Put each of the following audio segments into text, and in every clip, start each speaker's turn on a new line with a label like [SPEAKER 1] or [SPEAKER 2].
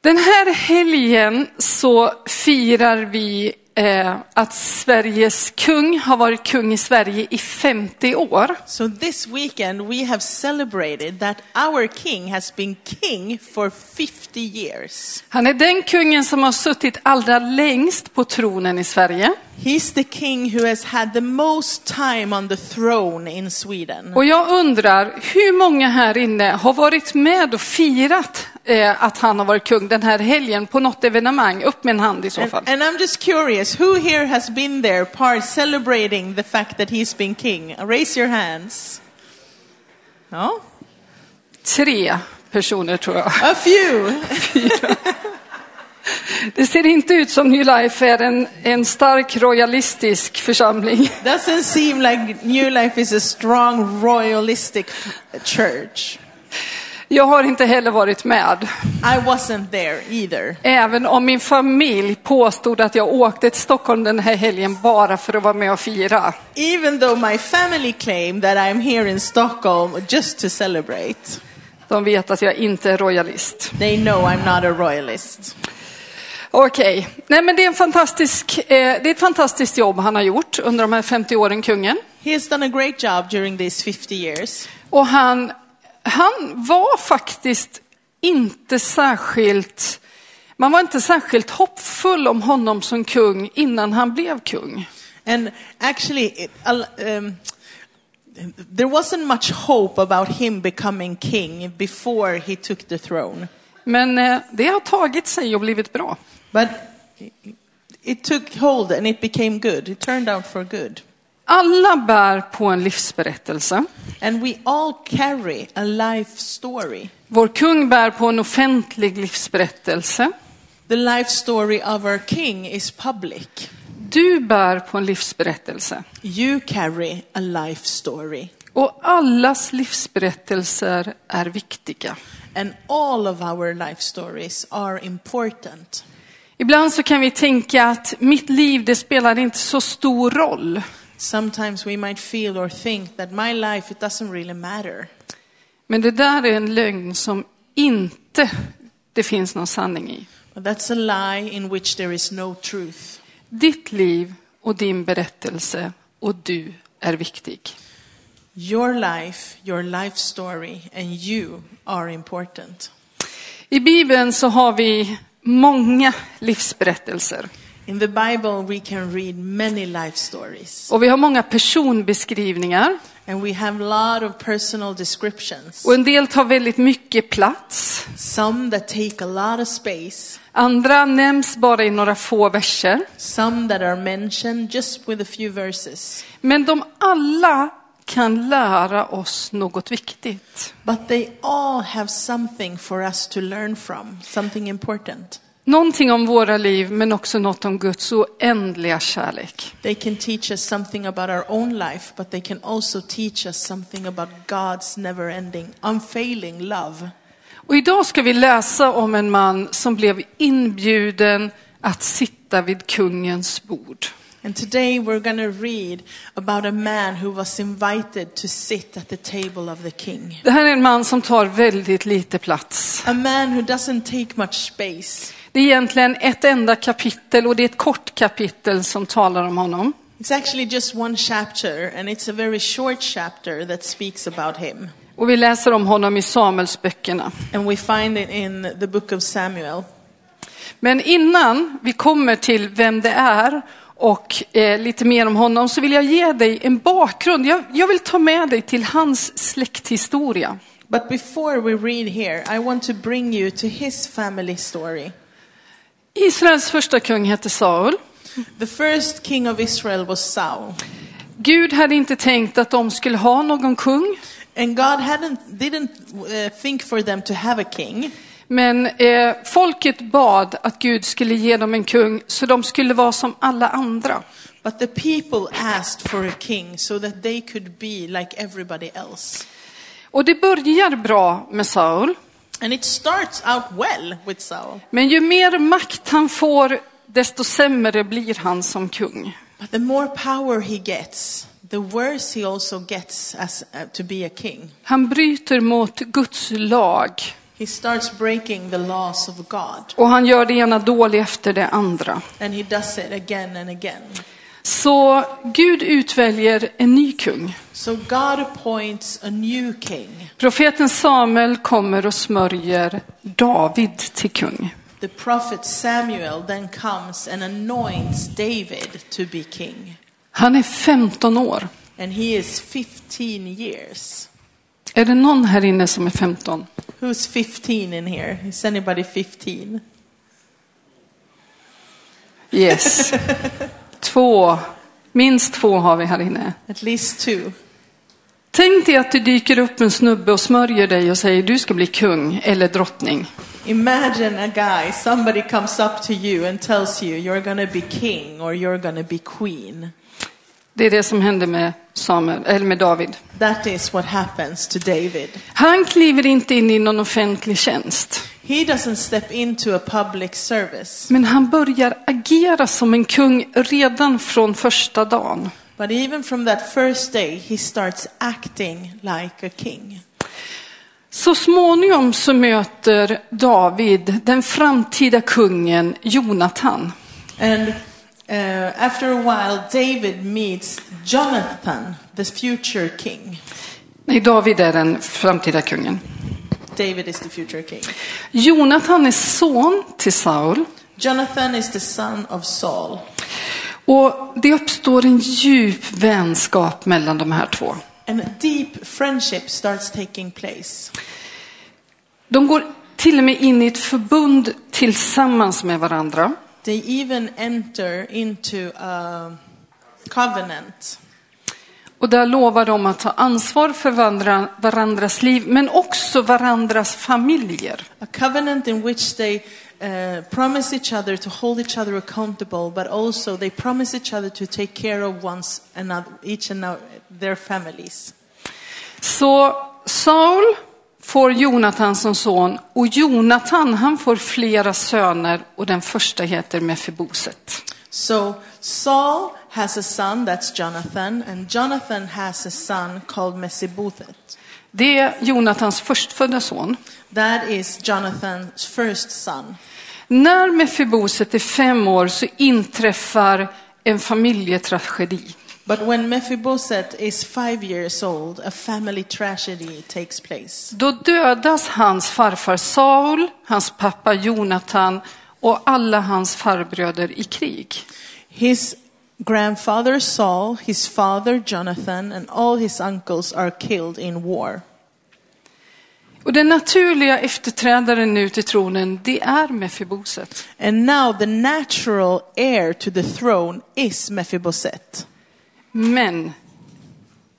[SPEAKER 1] Den här helgen så firar vi eh, att Sveriges kung har varit kung i Sverige i 50 år.
[SPEAKER 2] So this weekend we have celebrated that our king has been king for 50 years.
[SPEAKER 1] Han är den kungen som har suttit allra längst på tronen i Sverige.
[SPEAKER 2] He's the king who has had the most time on the throne in Sweden.
[SPEAKER 1] Och jag undrar, hur många här inne har varit med och firat eh, att han har varit kung den här helgen på något evenemang? Upp med en hand i så fall.
[SPEAKER 2] And I'm just curious, who here has been there part celebrating the fact that he's been king? Raise your hands. No?
[SPEAKER 1] Tre personer tror jag.
[SPEAKER 2] A few.
[SPEAKER 1] Det ser inte ut som New Life är en, en stark royalistisk församling.
[SPEAKER 2] Doesn't seem like New Life is a strong royalistic church.
[SPEAKER 1] Jag har inte heller varit med.
[SPEAKER 2] I wasn't there either.
[SPEAKER 1] Även om min familj påstod att jag åkte till Stockholm den här helgen bara för att vara med och fira.
[SPEAKER 2] Even though my family claim that I'm here in Stockholm just to celebrate.
[SPEAKER 1] De vet att jag inte är royalist.
[SPEAKER 2] They know I'm not a royalist.
[SPEAKER 1] Okej, nej men det är, en fantastisk, eh, det är ett fantastiskt jobb han har gjort under de här 50 åren, kungen.
[SPEAKER 2] He has done a great job during these 50 years.
[SPEAKER 1] Och han, han var faktiskt inte särskilt, man var inte särskilt hoppfull om honom som kung innan han blev kung.
[SPEAKER 2] And actually, it, al- um, there wasn't much hope about him becoming king before he took the throne.
[SPEAKER 1] Men eh, det har tagit sig och blivit bra.
[SPEAKER 2] But it took hold and it became good. It turned out for good.
[SPEAKER 1] Alla bär på en livsberättelse.
[SPEAKER 2] And we all carry a life story.
[SPEAKER 1] Vår kung bär på en offentlig livsberättelse.
[SPEAKER 2] The life story of our king is public.
[SPEAKER 1] Du bär på en livsberättelse.
[SPEAKER 2] You carry a life story.
[SPEAKER 1] Och allas livsberättelser är viktiga.
[SPEAKER 2] And all of our life stories are important.
[SPEAKER 1] Ibland så kan vi tänka att mitt liv, det spelar inte så stor roll.
[SPEAKER 2] Sometimes we might feel or think that my life, it doesn't really matter.
[SPEAKER 1] Men det där är en lögn som inte det finns någon sanning i.
[SPEAKER 2] But that's a lie in which there is no truth.
[SPEAKER 1] Ditt liv och din berättelse och du är viktig.
[SPEAKER 2] Your life, your life story, and you are important.
[SPEAKER 1] I Bibeln så har vi många livsberättelser.
[SPEAKER 2] In the Bible, we can read many life stories,
[SPEAKER 1] Och vi har många personbeskrivningar.
[SPEAKER 2] and we have a lot of personal descriptions.
[SPEAKER 1] Och en del tar väldigt mycket plats.
[SPEAKER 2] Some that take a lot of space,
[SPEAKER 1] Andra nämns bara i några få verser.
[SPEAKER 2] some that are mentioned just with a few verses.
[SPEAKER 1] Men de alla kan lära oss något viktigt.
[SPEAKER 2] But they all have something for us to learn from, something important.
[SPEAKER 1] Någonting om våra liv men också något om Guds oändliga kärlek.
[SPEAKER 2] They can teach us something about our own life, but they can also teach us something about God's never ending, unfailing love.
[SPEAKER 1] Och idag ska vi läsa om en man som blev inbjuden att sitta vid kungens bord.
[SPEAKER 2] And today we're going to read about a man who was invited to sit at the table of the king.
[SPEAKER 1] Det här är en man som tar väldigt lite plats.
[SPEAKER 2] A man who doesn't take much space.
[SPEAKER 1] Det är egentligen ett enda kapitel och det är ett kort kapitel som talar om honom.
[SPEAKER 2] It's actually just one chapter, and it's a very short chapter that speaks about him.
[SPEAKER 1] Och vi läser om honom i Samuelsböckerna.
[SPEAKER 2] And we find it in the book of Samuel.
[SPEAKER 1] Men innan vi kommer till vem det är och eh, lite mer om honom så vill jag ge dig en bakgrund. Jag, jag vill ta med dig till hans släkthistoria.
[SPEAKER 2] But before we read here, I want to bring you to his family story.
[SPEAKER 1] Israels första kung hette Saul.
[SPEAKER 2] The first king of Israel was Saul,
[SPEAKER 1] Gud hade inte tänkt att de skulle ha någon kung,
[SPEAKER 2] and God hadn't didn't uh, think for them to have a king.
[SPEAKER 1] men eh, folket bad att Gud skulle ge dem en kung så de skulle vara som alla andra.
[SPEAKER 2] But the people asked for a king so that they could be like everybody else.
[SPEAKER 1] Och det börjar bra med Saul,
[SPEAKER 2] And it starts out well with Saul,
[SPEAKER 1] men ju mer makt han får, desto sämre blir han som kung.
[SPEAKER 2] but the more power he gets, the worse he also gets as uh, to be a king.
[SPEAKER 1] Han bryter mot Guds lag.
[SPEAKER 2] He He starts breaking the laws of God,
[SPEAKER 1] Och han gör det ena dåliga efter det andra.
[SPEAKER 2] and he does it again and again.
[SPEAKER 1] Så Gud utväljer en ny kung.
[SPEAKER 2] So God appoints a new king.
[SPEAKER 1] Profeten Samuel kommer och smörjer David till kung.
[SPEAKER 2] The prophet Samuel then comes and anoints David to be king,
[SPEAKER 1] Han är 15 år.
[SPEAKER 2] and he is 15 years.
[SPEAKER 1] Är det någon här inne som är 15?
[SPEAKER 2] Who's 15 in here? Is anybody 15?
[SPEAKER 1] Yes. Två. Minst två har vi här inne.
[SPEAKER 2] At least two.
[SPEAKER 1] Tänk dig att det dyker upp en snubbe och smörjer dig och säger du ska bli kung eller drottning.
[SPEAKER 2] Imagine a guy, somebody comes up to you and tells you you're gonna be king or you're gonna be queen.
[SPEAKER 1] Det är det som hände med, Samuel, eller med David.
[SPEAKER 2] That is what happens to David.
[SPEAKER 1] Han kliver inte in i någon offentlig tjänst.
[SPEAKER 2] He doesn't step into a public service,
[SPEAKER 1] Men han börjar agera som en kung redan från första dagen.
[SPEAKER 2] but even from that first day, he starts acting like a king.
[SPEAKER 1] Så småningom så möter David den framtida kungen Jonathan.
[SPEAKER 2] And uh, after a while, David meets Jonathan, the future king.
[SPEAKER 1] Nej, David är den framtida kungen.
[SPEAKER 2] David is the future king.
[SPEAKER 1] Jonathan är son till Saul
[SPEAKER 2] Jonathan is the son of Saul.
[SPEAKER 1] och det uppstår en djup vänskap mellan de här två.
[SPEAKER 2] And a deep friendship starts taking place.
[SPEAKER 1] De går till och med in i ett förbund tillsammans med varandra.
[SPEAKER 2] They even enter into a covenant.
[SPEAKER 1] Och där lovar de att ta ansvar för varandra, varandras liv, men också varandras familjer.
[SPEAKER 2] A covenant in which they uh, promise each other to hold each other accountable, but also they promise each other to take care of one's another, each and our- their families.
[SPEAKER 1] Så Saul får Jonatan som son och Jonatan han får flera söner och den första heter Mefiboset.
[SPEAKER 2] So Saul has a son, that's Jonathan, and Jonathan has a son called Mesibotheth.
[SPEAKER 1] Det är Jonatans förstfödda son.
[SPEAKER 2] That is Jonathan's first son.
[SPEAKER 1] När Mefiboset är fem år så inträffar en familjetragedi.
[SPEAKER 2] But when Mephibosheth is five years old, a family tragedy takes place.
[SPEAKER 1] Då dödas hans farfar Saul, hans pappa Jonatan och alla hans farbröder i krig.
[SPEAKER 2] His grandfather Saul, his father Jonathan, and all his uncles are killed in war.
[SPEAKER 1] Och den naturliga efterträdaren nu till tronen, det är Mefiboset.
[SPEAKER 2] And now the natural heir to the throne is Mephibosheth.
[SPEAKER 1] Men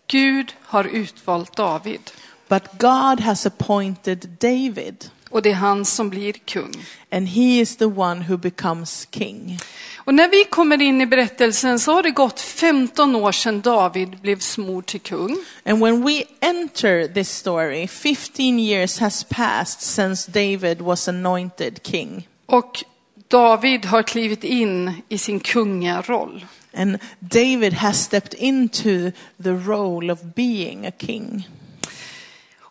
[SPEAKER 1] Gud har utvalt David
[SPEAKER 2] But God has appointed David.
[SPEAKER 1] och det är han som blir kung.
[SPEAKER 2] And he is the one who becomes king.
[SPEAKER 1] Och när vi kommer in i berättelsen så har det gått 15 år sedan David blev smord till kung.
[SPEAKER 2] And when we enter this story, 15 years has passed since David was anointed king.
[SPEAKER 1] Och David har klivit in i sin kungaroll.
[SPEAKER 2] And David has stepped into the role of being a king.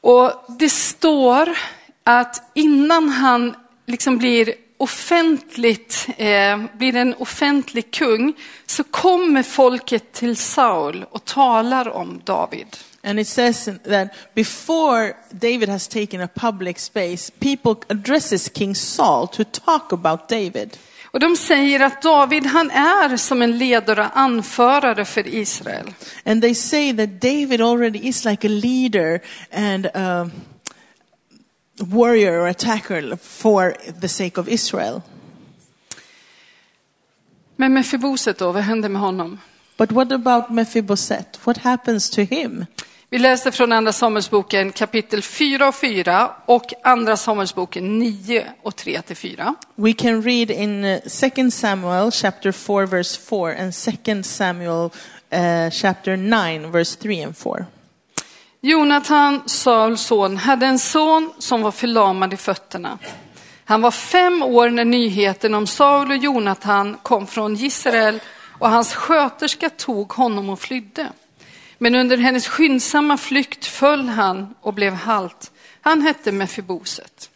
[SPEAKER 1] Och det står att innan han liksom blir offentligt, eh, blir en offentlig kung, så kommer folket till Saul och talar om David.
[SPEAKER 2] And it says that before David has taken a public space, people addresses King Saul to talk about David.
[SPEAKER 1] Och de säger att David, han är som en ledare och anförare för Israel.
[SPEAKER 2] And they say that David already is like a leader and a warrior or attacker for the sake of Israel.
[SPEAKER 1] Men Mefiboset då, vad händer med honom?
[SPEAKER 2] But what about Mephibosheth? What happens to him?
[SPEAKER 1] Vi läser från Andra Samuelsboken kapitel 4 och 4 och Andra Samuelsboken 9 och 3 till 4.
[SPEAKER 2] We can read in uh, 2 Samuel chapter 4 verse 4 and 2 Samuel uh, chapter 9 verse 3 and 4.
[SPEAKER 1] Jonathan, Sauls son, hade en son som var förlamad i fötterna. Han var fem år när nyheten om Saul och Jonathan kom från Israel och hans sköterska tog honom och flydde. Men under hennes skyndsamma flykt föll han och blev halt. Han hette Mefiboset.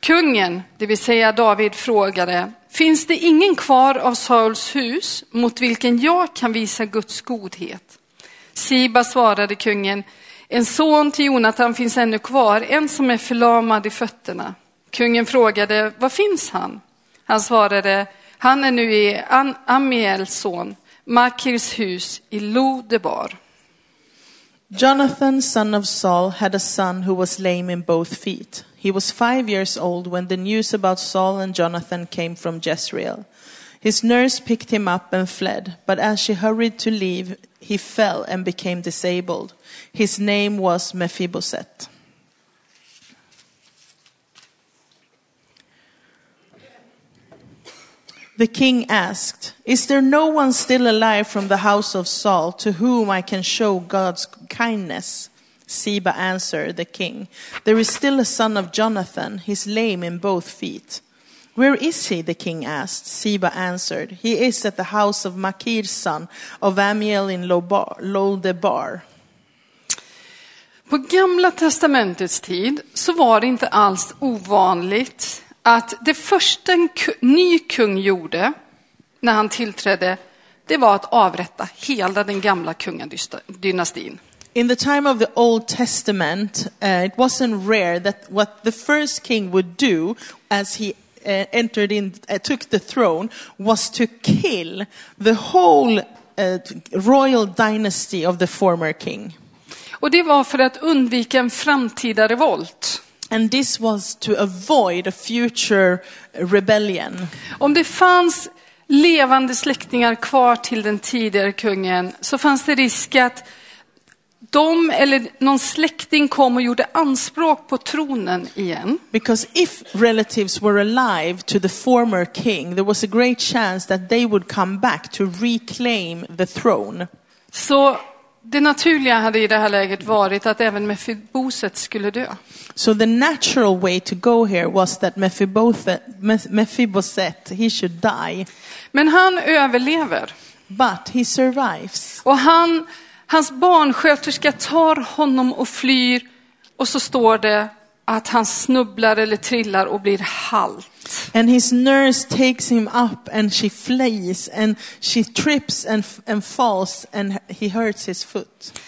[SPEAKER 1] Kungen, det vill säga David, frågade, finns det ingen kvar av Sauls hus mot vilken jag kan visa Guds godhet? Siba svarade kungen, en son till Jonatan finns ännu kvar, en som är förlamad i fötterna. Kungen frågade, var finns han? Han svarade, han är nu i An- Amiels son, Makirs hus i Lodebar.
[SPEAKER 2] Jonathan, son of Saul, had a son who was lame in both feet. He was five years old when the news about Saul and Jonathan came from Jezreel. His nurse picked him up and fled, but as she hurried to leave, he fell and became disabled. His name was Mephibosheth. The king asked, Is there no one still alive from the house of Saul to whom I can show God's kindness? Siba answered the king, There is still a son of Jonathan. He's lame in both feet. Where is he? the king asked. Siba answered, He is at the house of Makir's son, of Amiel in Lobar- Lodebar.
[SPEAKER 1] På gamla testamentets tid så var det inte alls ovanligt att det första en ku- ny kung gjorde när han tillträdde, det var att avrätta hela den gamla kungadynastin.
[SPEAKER 2] In the time of the Old Testament, uh, it wasn't rare that what the first king would do as he uh, entered in, uh, took the throne, was to kill the whole uh, royal dynasty of the former king.
[SPEAKER 1] Och det var för att undvika en framtida revolt.
[SPEAKER 2] And this was to avoid a future rebellion.
[SPEAKER 1] Om det fanns levande släktingar kvar till den tidigare kungen så fanns det risk att de eller någon släkting kom och gjorde anspråk på tronen igen.
[SPEAKER 2] Because if relatives were alive to the former king, there was a great chance that they would come back to reclaim the throne.
[SPEAKER 1] Så det naturliga hade i det här läget varit att även Mefiboset skulle dö.
[SPEAKER 2] So the natural way to go here was that Mephibosheth, Meph- Mephibosheth he should die,
[SPEAKER 1] Men han överlever.
[SPEAKER 2] but he survives.
[SPEAKER 1] Och han, hans barnsköterska tar honom och flyr. Och så står det att han snubblar eller trillar och blir halt.
[SPEAKER 2] And his nurse takes him up and she flees and she trips and, f- and falls and he hurts his foot.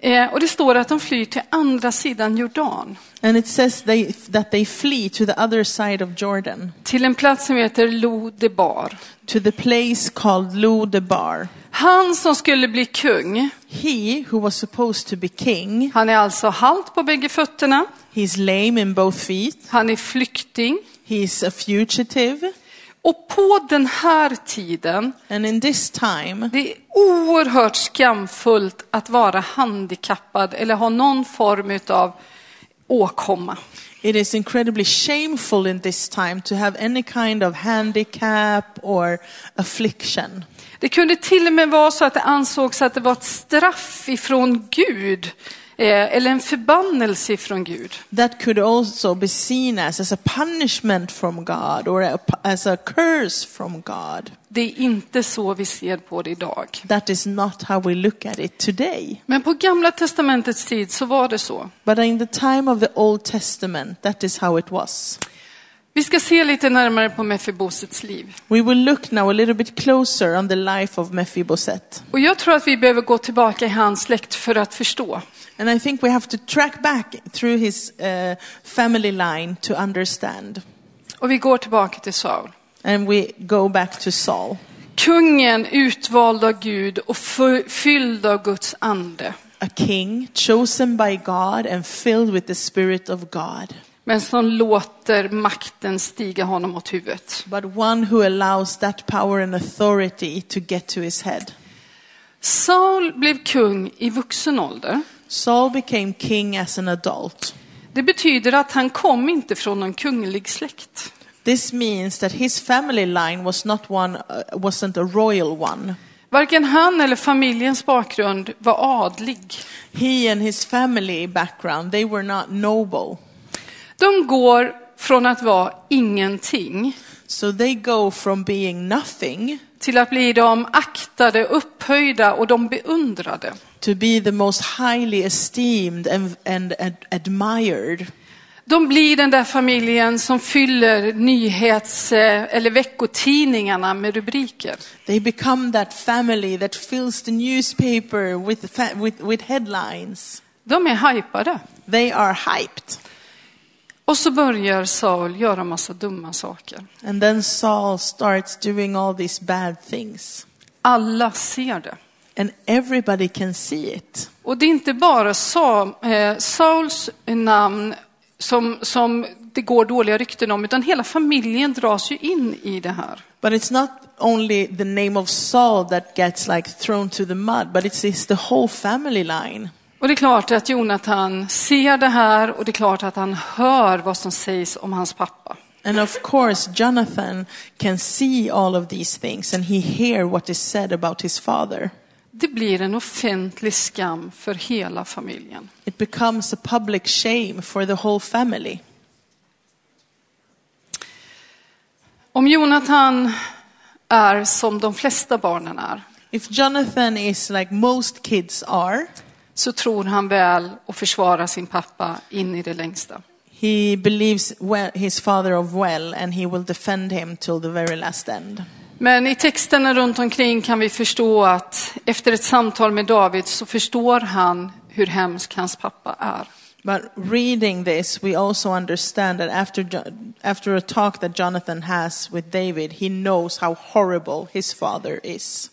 [SPEAKER 1] Eh, och det står att de flyr till andra sidan Jordan.
[SPEAKER 2] And it says they, that they flee to the other side of Jordan,
[SPEAKER 1] Till en plats som heter Lodebar.
[SPEAKER 2] to the place called Lodebar.
[SPEAKER 1] Han som skulle bli kung,
[SPEAKER 2] He who was supposed to be king,
[SPEAKER 1] han är alltså halt på bägge fötterna.
[SPEAKER 2] he's lame in both feet,
[SPEAKER 1] Han är flykting.
[SPEAKER 2] he's a fugitive,
[SPEAKER 1] Och på den här tiden,
[SPEAKER 2] and in this time,
[SPEAKER 1] det är oerhört skamfullt att vara handikappad eller ha någon form av åkomma.
[SPEAKER 2] It is incredibly shameful in this time to have any kind of handicap or affliction.
[SPEAKER 1] Det kunde till och med vara så att det ansågs att det var ett straff ifrån Gud, eh, eller en förbannelse ifrån Gud.
[SPEAKER 2] That could also be seen as, as a punishment from God or a, as a curse from God.
[SPEAKER 1] Det är inte så vi ser på det idag.
[SPEAKER 2] That is not how we look at it today.
[SPEAKER 1] Men på gamla testamentets tid så var det så.
[SPEAKER 2] But in the time of the Old Testament, that is how it was.
[SPEAKER 1] Vi ska se lite närmare på Mefibosets liv.
[SPEAKER 2] We will look now a little bit closer on the life of Mephibosheth.
[SPEAKER 1] Och jag tror att vi behöver gå tillbaka i hans släkt för att förstå.
[SPEAKER 2] And I think we have to track back through his uh, family line to understand.
[SPEAKER 1] Och vi går tillbaka till Saul.
[SPEAKER 2] And we go back to Saul,
[SPEAKER 1] Kungen utvald av Gud och fy- fylld av Guds ande.
[SPEAKER 2] a king chosen by God and filled with the Spirit of God,
[SPEAKER 1] Men som låter makten stiga honom åt huvudet.
[SPEAKER 2] but one who allows that power and authority to get to his head.
[SPEAKER 1] Saul blev kung i vuxen ålder.
[SPEAKER 2] Saul became king as an adult.
[SPEAKER 1] Det betyder att han kom inte från någon kunglig släkt.
[SPEAKER 2] This means that his family line was not one, uh, wasn't a royal one.
[SPEAKER 1] Varken han eller familjens bakgrund var adlig.
[SPEAKER 2] He and his family background, they were not noble.
[SPEAKER 1] De går från att vara ingenting
[SPEAKER 2] So they go from being nothing
[SPEAKER 1] till att bli de aktade, upphöjda och de beundrade.
[SPEAKER 2] to be the most highly esteemed and, and ad- admired.
[SPEAKER 1] De blir den där familjen som fyller nyhets eh, eller veckotidningarna med rubriker.
[SPEAKER 2] They become that family that fills the newspaper with, fa- with, with headlines.
[SPEAKER 1] De är hypade.
[SPEAKER 2] They are hyped.
[SPEAKER 1] Och så börjar Saul göra massa dumma saker.
[SPEAKER 2] And then Saul starts doing all these bad things.
[SPEAKER 1] Alla ser det.
[SPEAKER 2] And everybody can see it.
[SPEAKER 1] Och det är inte bara Sa- eh, Sauls namn som, som det går dåliga rykten om, utan hela familjen dras ju in i det här.
[SPEAKER 2] But it's not only the name of Saul that gets like thrown to the mud, but it's, it's the whole family line.
[SPEAKER 1] Och det är klart att Jonathan ser det här och det är klart att han hör vad som sägs om hans pappa.
[SPEAKER 2] And of course, Jonathan can see all of these things and he hear what is said about his father.
[SPEAKER 1] Det blir en offentlig skam för hela familjen.
[SPEAKER 2] It becomes a public shame for the whole family.
[SPEAKER 1] Om Jonathan är som de flesta barnen är,
[SPEAKER 2] If Jonathan is like most kids are,
[SPEAKER 1] så tror han väl och försvarar sin pappa in i det längsta.
[SPEAKER 2] he believes well, his father of well and he will defend him till the very last end.
[SPEAKER 1] Men i texterna runt omkring kan vi förstå att efter ett samtal med David så förstår han hur hemsk hans pappa är.
[SPEAKER 2] But reading this, we also understand that after, Jo- after a talk that Jonathan has with David, he knows how horrible his father is.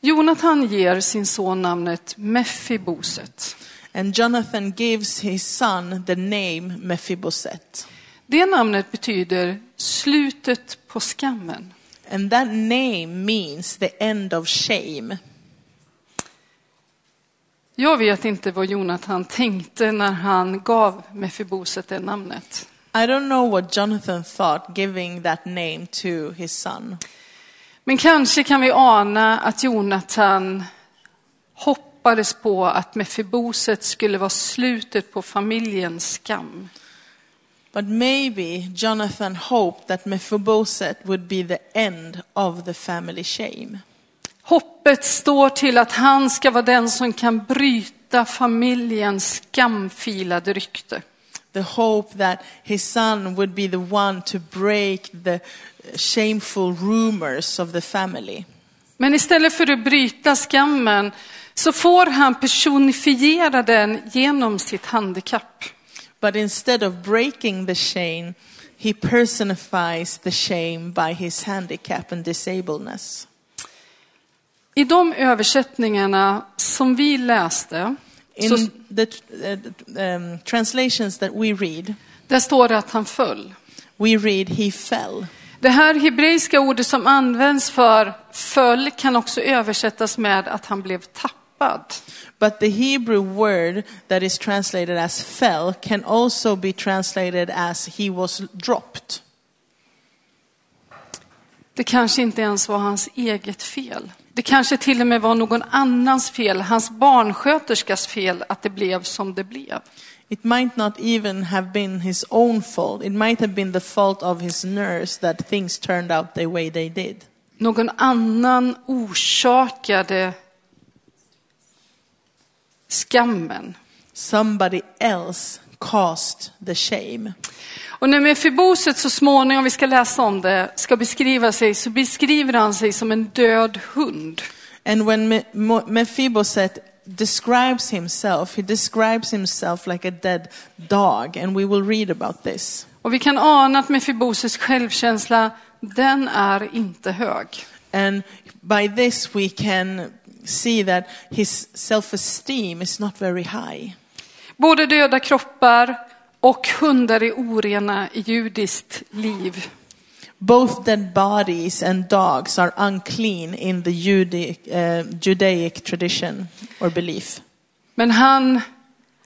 [SPEAKER 1] Jonathan ger sin son namnet Mefiboset.
[SPEAKER 2] And Jonathan gives his son the name Mephibosheth.
[SPEAKER 1] Det namnet betyder slutet på skammen.
[SPEAKER 2] And that name means the end of shame.
[SPEAKER 1] Jag vet inte vad Jonathan tänkte när han gav Mefiboset det namnet.
[SPEAKER 2] I don't know what Jonathan thought giving that name to his son.
[SPEAKER 1] Men kanske kan vi ana att Jonathan hoppades på att Mefiboset skulle vara slutet på familjens skam.
[SPEAKER 2] But maybe Jonathan hoped that Mephibosheth would be the end of the family shame.
[SPEAKER 1] Hoppet står till att han ska vara den som kan bryta familjens skamfilade rykte.
[SPEAKER 2] The hope that his son would be the one to break the shameful rumors of the family.
[SPEAKER 1] Men istället för att bryta skammen så får han personifiera den genom sitt handikapp.
[SPEAKER 2] But instead of breaking the shame, he personifies the shame by his handicap and disableness.
[SPEAKER 1] I de översättningarna som vi läste,
[SPEAKER 2] In
[SPEAKER 1] så,
[SPEAKER 2] the uh, um, translations that we read,
[SPEAKER 1] där står det att han föll.
[SPEAKER 2] we read he fell.
[SPEAKER 1] Det här hebreiska ordet som används för föll kan också översättas med att han blev tappad.
[SPEAKER 2] But the Hebrew word that is translated as fell can also be translated as he was dropped.
[SPEAKER 1] Det kanske inte ens var hans eget fel. Det kanske till och med var någon annans fel, hans barnsköterskas fel, att det blev som det blev.
[SPEAKER 2] It might not even have been his own fault. It might have been the fault of his nurse that things turned out the way they did.
[SPEAKER 1] Någon annan orsakade skammen.
[SPEAKER 2] Somebody else caused the shame.
[SPEAKER 1] Och när Mefiboset så småningom, vi ska läsa om det, ska beskriva sig så beskriver han sig som en död hund.
[SPEAKER 2] And when Me- Mo- Mephibosheth describes himself, he describes himself like a dead dog, and we will read about this.
[SPEAKER 1] Och vi kan ana att Mefibosets självkänsla, den är inte hög.
[SPEAKER 2] And by this, we can see that his self esteem is not very high.
[SPEAKER 1] Både döda kroppar och hundar är orena i judiskt liv.
[SPEAKER 2] Both dead bodies and dogs are unclean in the Judaic, uh, Judaic tradition or belief.
[SPEAKER 1] Men han,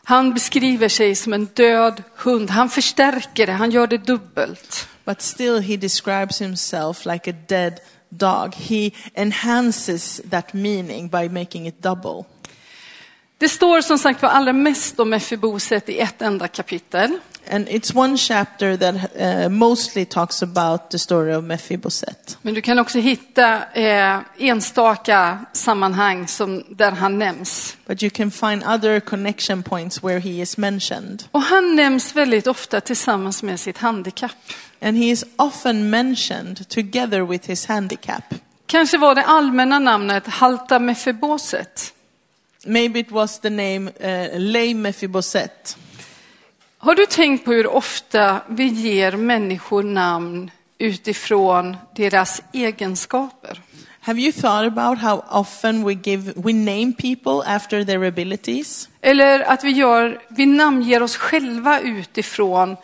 [SPEAKER 1] han beskriver sig som en död hund. Han förstärker det, han gör det dubbelt.
[SPEAKER 2] But still, he describes himself like a dead dog. He enhances that meaning by making it double.
[SPEAKER 1] Det står som sagt var allra mest om Mefiboset i ett enda kapitel.
[SPEAKER 2] And it's one chapter that uh, mostly talks about the story of Mephibosheth.
[SPEAKER 1] Men du kan också hitta eh, enstaka sammanhang som, där han nämns.
[SPEAKER 2] But you can find other connection points where he is mentioned.
[SPEAKER 1] Och han nämns väldigt ofta tillsammans med sitt handikapp.
[SPEAKER 2] And he is often mentioned together with his handicap.
[SPEAKER 1] Kanske var det allmänna namnet Halta Mefiboset.
[SPEAKER 2] Maybe it was the name uh, Lay Mephibosheth.
[SPEAKER 1] Har du tänkt på hur ofta vi ger människor namn utifrån deras egenskaper?
[SPEAKER 2] Have you thought about how often we give we name people after their abilities?
[SPEAKER 1] Eller att vi, gör, vi namnger oss själva utifrån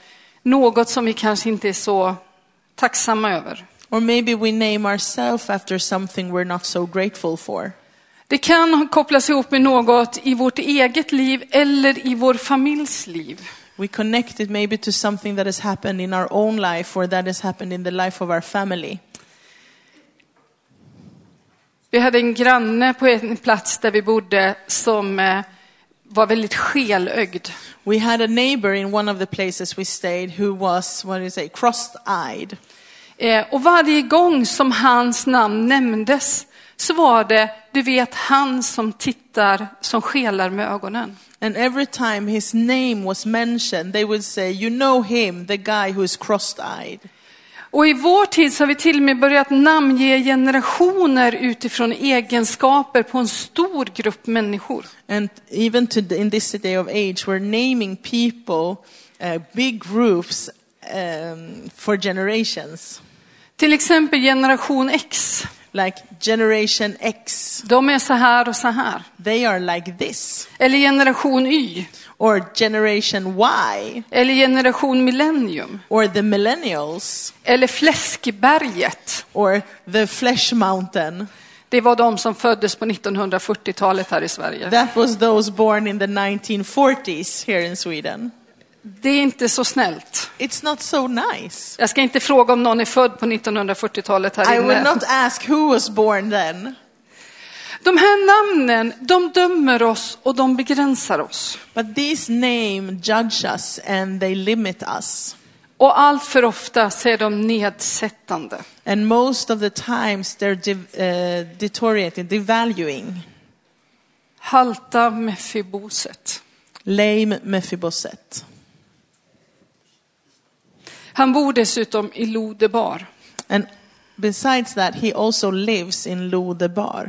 [SPEAKER 1] något som vi kanske inte är så tacksamma över.
[SPEAKER 2] Or maybe we name ourselves after something we're not so grateful for.
[SPEAKER 1] Det kan kopplas ihop med något i vårt eget liv eller i vår familjs liv.
[SPEAKER 2] We connect it maybe to something that has happened in our own life or that has happened in the life of our family.
[SPEAKER 1] Vi hade en granne på en plats där vi bodde som eh, var väldigt skelögd.
[SPEAKER 2] We had a neighbor in one of the places we stayed who was, what do you say, cross-eyed.
[SPEAKER 1] Eh, Och varje gång som hans namn nämndes så var det, du vet, han som tittar, som skelar med ögonen.
[SPEAKER 2] And every time his name was mentioned, they would say, you know him, the guy who is cross-eyed.
[SPEAKER 1] Och i vår tid så har vi till och med börjat namnge generationer utifrån egenskaper på en stor grupp människor.
[SPEAKER 2] And even to in this day of age, we're naming people, uh, big groups, um, for generations.
[SPEAKER 1] Till exempel generation X.
[SPEAKER 2] Like Generation X,
[SPEAKER 1] De är så här och så här.
[SPEAKER 2] they are like this.
[SPEAKER 1] Eller generation Y.
[SPEAKER 2] Or Generation Y,
[SPEAKER 1] Eller generation millennium.
[SPEAKER 2] or the Millennials,
[SPEAKER 1] Eller fläskberget.
[SPEAKER 2] or the Flesh Mountain.
[SPEAKER 1] Det var de som föddes på 1940-talet här i Sverige.
[SPEAKER 2] That was those born in the 1940s here in Sweden.
[SPEAKER 1] Det är inte så snällt.
[SPEAKER 2] It's not so nice.
[SPEAKER 1] Jag ska inte fråga om någon är född på 1940-talet här
[SPEAKER 2] I will
[SPEAKER 1] inne.
[SPEAKER 2] not ask who was born then.
[SPEAKER 1] De här namnen, de dömer oss och de begränsar oss.
[SPEAKER 2] But these names judge us and they limit us.
[SPEAKER 1] Och allt för ofta så är de nedsättande.
[SPEAKER 2] And most of the times they're de- uh, deteriorating, devaluing.
[SPEAKER 1] Halta Mefiboset.
[SPEAKER 2] Lame Mephibosheth.
[SPEAKER 1] Han bor dessutom i Lodebar.
[SPEAKER 2] And besides that, he also lives in Lodebar.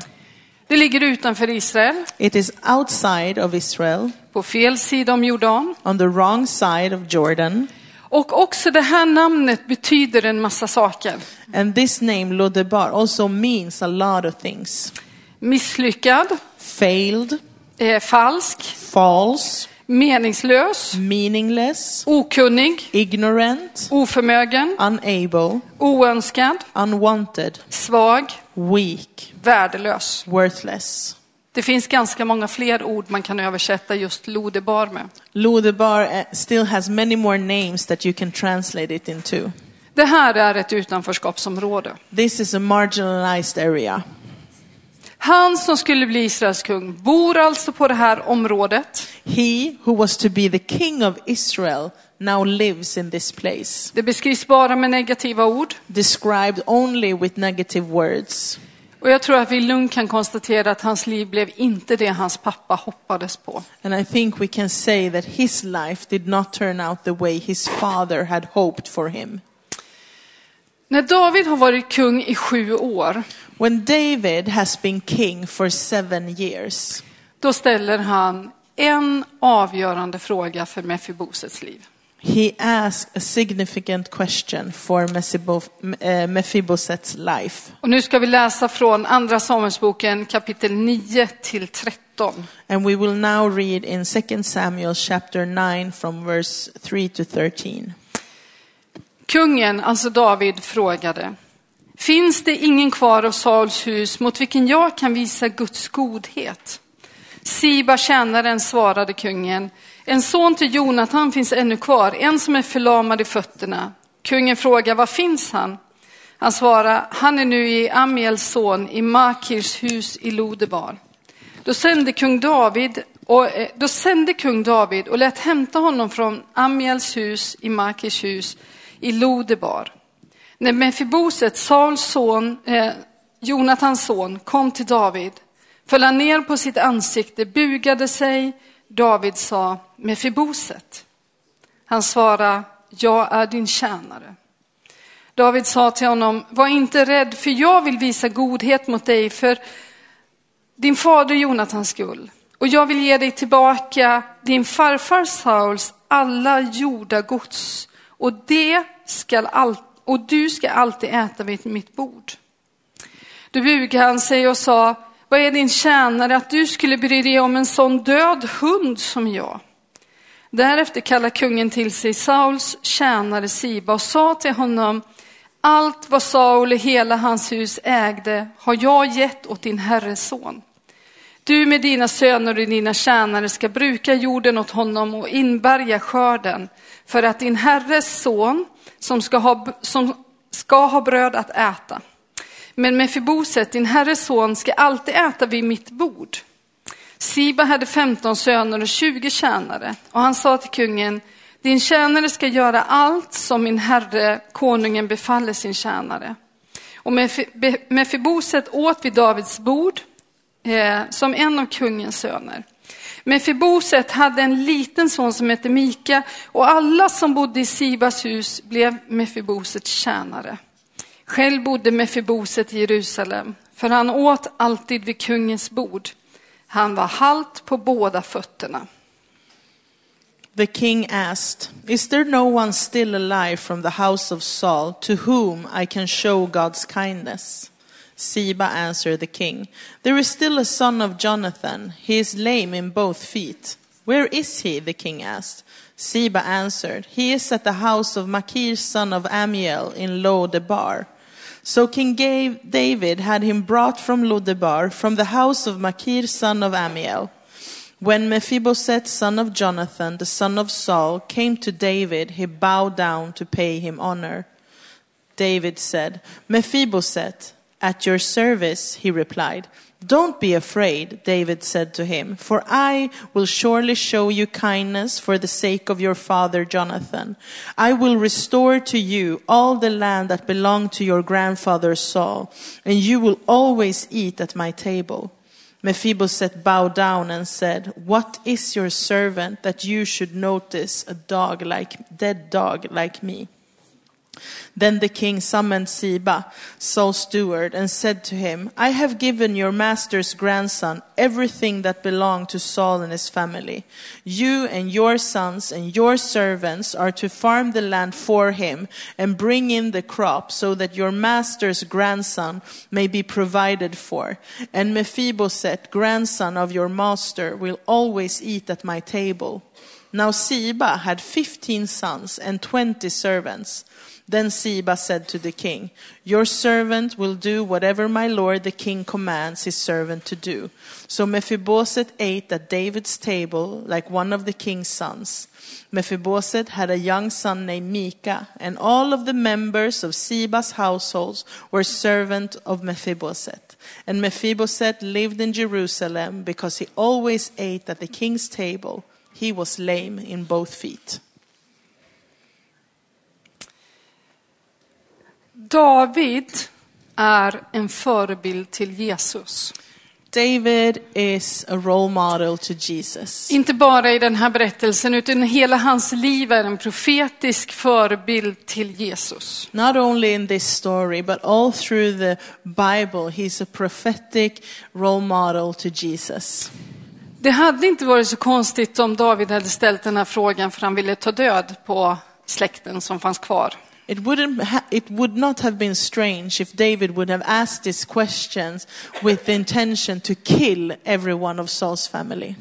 [SPEAKER 1] Det ligger utanför Israel,
[SPEAKER 2] It is outside of Israel,
[SPEAKER 1] på fel sida om Jordan.
[SPEAKER 2] on the wrong side of Jordan.
[SPEAKER 1] Och också det här namnet betyder en massa saker.
[SPEAKER 2] And this name, Lodebar, also means a lot of things.
[SPEAKER 1] Misslyckad,
[SPEAKER 2] Failed,
[SPEAKER 1] eh, falsk,
[SPEAKER 2] false,
[SPEAKER 1] meningslös,
[SPEAKER 2] meaningless,
[SPEAKER 1] okunnig,
[SPEAKER 2] ignorant,
[SPEAKER 1] oförmögen,
[SPEAKER 2] unable,
[SPEAKER 1] oönskad,
[SPEAKER 2] unwanted,
[SPEAKER 1] svag,
[SPEAKER 2] weak,
[SPEAKER 1] värdelös.
[SPEAKER 2] worthless.
[SPEAKER 1] Det finns ganska många fler ord man kan översätta just lodebar med.
[SPEAKER 2] Lodebar eh, still has many more names that you can translate it into.
[SPEAKER 1] Det här är ett utanförskapsområde.
[SPEAKER 2] This is a marginalized area.
[SPEAKER 1] Han som skulle bli Israels kung bor alltså på det här området.
[SPEAKER 2] He who was to be the king of Israel now lives in this place,
[SPEAKER 1] Det beskrivs bara med negativa ord.
[SPEAKER 2] described only with negative words.
[SPEAKER 1] Och jag tror att vi lugnt kan konstatera att hans liv blev inte det hans pappa hoppades på.
[SPEAKER 2] And I think we can say that his life did not turn out the way his father had hoped for him.
[SPEAKER 1] När David har varit kung i sju år,
[SPEAKER 2] When David has been king for seven years,
[SPEAKER 1] då ställer han en avgörande fråga för Mefibosets liv.
[SPEAKER 2] he asked a significant question for Mephibo- uh, Mephibosheth's life.
[SPEAKER 1] Och nu ska vi läsa från Andra Samuelsboken kapitel 9 till 13.
[SPEAKER 2] And we will now read in 2 Samuel chapter 9 from verse 3 to 13.
[SPEAKER 1] Kungen, alltså David, frågade. Finns det ingen kvar av Sauls hus mot vilken jag kan visa Guds godhet? Siba, tjänaren, svarade kungen. En son till Jonathan finns ännu kvar, en som är förlamad i fötterna. Kungen frågar, var finns han? Han svarar, han är nu i Amiels son i Makirs hus i Lodebar. Då sände kung David Och eh, då sände kung David och lät hämta honom från Amiels hus i Makis hus i Lodebar. När Mefiboset, Sauls son, eh, Jonatans son, kom till David föll han ner på sitt ansikte, bugade sig. David sa Mefiboset. Han svarade, jag är din tjänare. David sa till honom, var inte rädd, för jag vill visa godhet mot dig för din fader Jonathans skull. Och jag vill ge dig tillbaka din farfar Sauls alla gjorda gods. Och, det skall all, och du ska alltid äta vid mitt bord. Då bugade han sig och sa, vad är din tjänare att du skulle bry dig om en sån död hund som jag? Därefter kallade kungen till sig Sauls tjänare Siba och sa till honom, allt vad Saul och hela hans hus ägde har jag gett åt din herres son. Du med dina söner och dina tjänare ska bruka jorden åt honom och inbärga skörden för att din herres son som ska ha, som ska ha bröd att äta. Men Mefiboset, din herres son, ska alltid äta vid mitt bord. Siba hade 15 söner och 20 tjänare och han sa till kungen, din tjänare ska göra allt som min herre konungen befaller sin tjänare. Och Mefi- Be- Mefiboset åt vid Davids bord eh, som en av kungens söner. Mefiboset hade en liten son som hette Mika och alla som bodde i Sibas hus blev Mefibosets tjänare. Själv bodde Mefiboset i Jerusalem, för han åt alltid vid kungens bord. Han var halt på båda fötterna.
[SPEAKER 2] The king asked, Is there no one still alive from the house of Saul to whom I can show God's kindness? Siba answered the king, There is still a son of Jonathan. He is lame in both feet. Where is he? the king asked. Siba answered, He is at the house of Machir, son of Amiel, in Lodebar. So King gave David had him brought from Lodebar, from the house of Machir, son of Amiel. When Mephibosheth, son of Jonathan, the son of Saul, came to David, he bowed down to pay him honor. David said, Mephibosheth, at your service, he replied. Don't be afraid, David said to him, for I will surely show you kindness for the sake of your father Jonathan. I will restore to you all the land that belonged to your grandfather Saul, and you will always eat at my table. Mephibosheth bowed down and said, What is your servant that you should notice a dog like, dead dog like me? Then the king summoned Siba, Saul's steward, and said to him, I have given your master's grandson everything that belonged to Saul and his family. You and your sons and your servants are to farm the land for him and bring in the crop so that your master's grandson may be provided for. And Mephibosheth, grandson of your master, will always eat at my table. Now Siba had fifteen sons and twenty servants. Then Siba said to the king, Your servant will do whatever my lord the king commands his servant to do. So Mephibosheth ate at David's table like one of the king's sons. Mephibosheth had a young son named Micah, and all of the members of Siba's households were servant of Mephibosheth. And Mephibosheth lived in Jerusalem because he always ate at the king's table. He was lame in both feet.
[SPEAKER 1] David är en förebild till Jesus.
[SPEAKER 2] David is a role model to Jesus.
[SPEAKER 1] Inte bara i den här berättelsen, utan hela hans liv är en profetisk förebild till Jesus.
[SPEAKER 2] Not only in this story, but all through the Bible, he's a prophetic role model to Jesus.
[SPEAKER 1] Det hade inte varit så konstigt om David hade ställt den här frågan för han ville ta död på släkten som fanns kvar.
[SPEAKER 2] It, wouldn't ha- it would not have been strange if David would have asked these questions with the intention to kill everyone of Saul's family.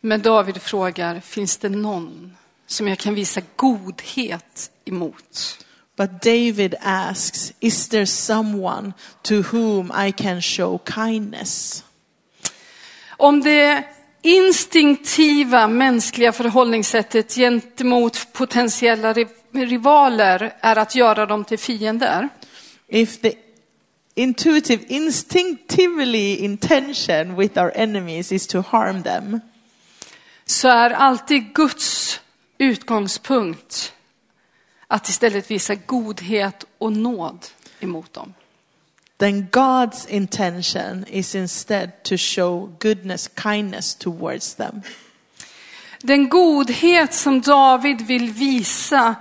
[SPEAKER 1] Men David frågar, finns det någon som jag kan visa godhet emot?
[SPEAKER 2] But David asks, Is there someone to whom I can show kindness?
[SPEAKER 1] Om det instinktiva mänskliga förhållningssättet gentemot potentiella riv- rivaler är att göra dem till fiender,
[SPEAKER 2] If the intuitive, instinctively intention with our enemies is to harm them.
[SPEAKER 1] så är alltid Guds utgångspunkt att istället visa godhet och nåd emot dem.
[SPEAKER 2] Then God's intention is instead to show goodness, kindness towards them.
[SPEAKER 1] Den godhet som David vill visa,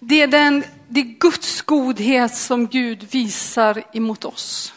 [SPEAKER 1] det är, den, det är Guds godhet som Gud visar emot oss.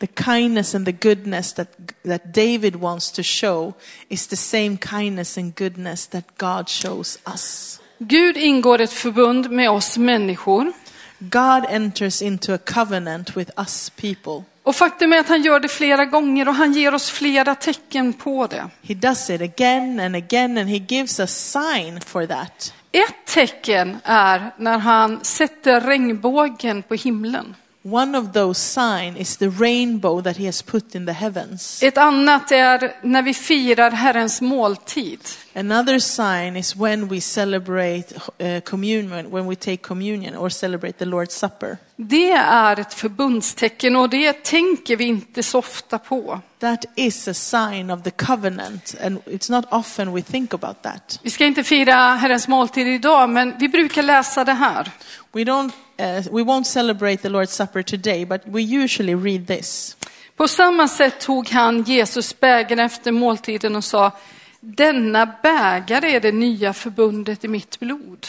[SPEAKER 2] The kindness and the goodness that, that David wants to show is the same kindness and goodness that God shows us.
[SPEAKER 1] Gud ingår ett förbund med oss människor.
[SPEAKER 2] God enters into a covenant with us people.
[SPEAKER 1] Och faktum är att han gör det flera gånger och han ger oss flera tecken på det.
[SPEAKER 2] He does it again and again, and he gives a sign for that.
[SPEAKER 1] Ett tecken är när han sätter regnbågen på himlen.
[SPEAKER 2] One of those signs is the rainbow that he has put in the heavens.
[SPEAKER 1] Ett annat är när vi firar Herrens måltid.
[SPEAKER 2] Another sign is when we celebrate uh, communion, when we take communion or celebrate the Lord's Supper.
[SPEAKER 1] Det är ett förbundstecken och det tänker vi inte så ofta på.
[SPEAKER 2] That is a sign of the covenant, and it's not often we think about that.
[SPEAKER 1] Vi ska inte fira Herrens måltid idag, men vi brukar läsa det här.
[SPEAKER 2] We don't, uh, we won't celebrate the Lord's Supper today, but we usually read this.
[SPEAKER 1] På samma sätt tog han Jesus bägaren efter måltiden och sa, denna bägare är det nya förbundet i mitt blod.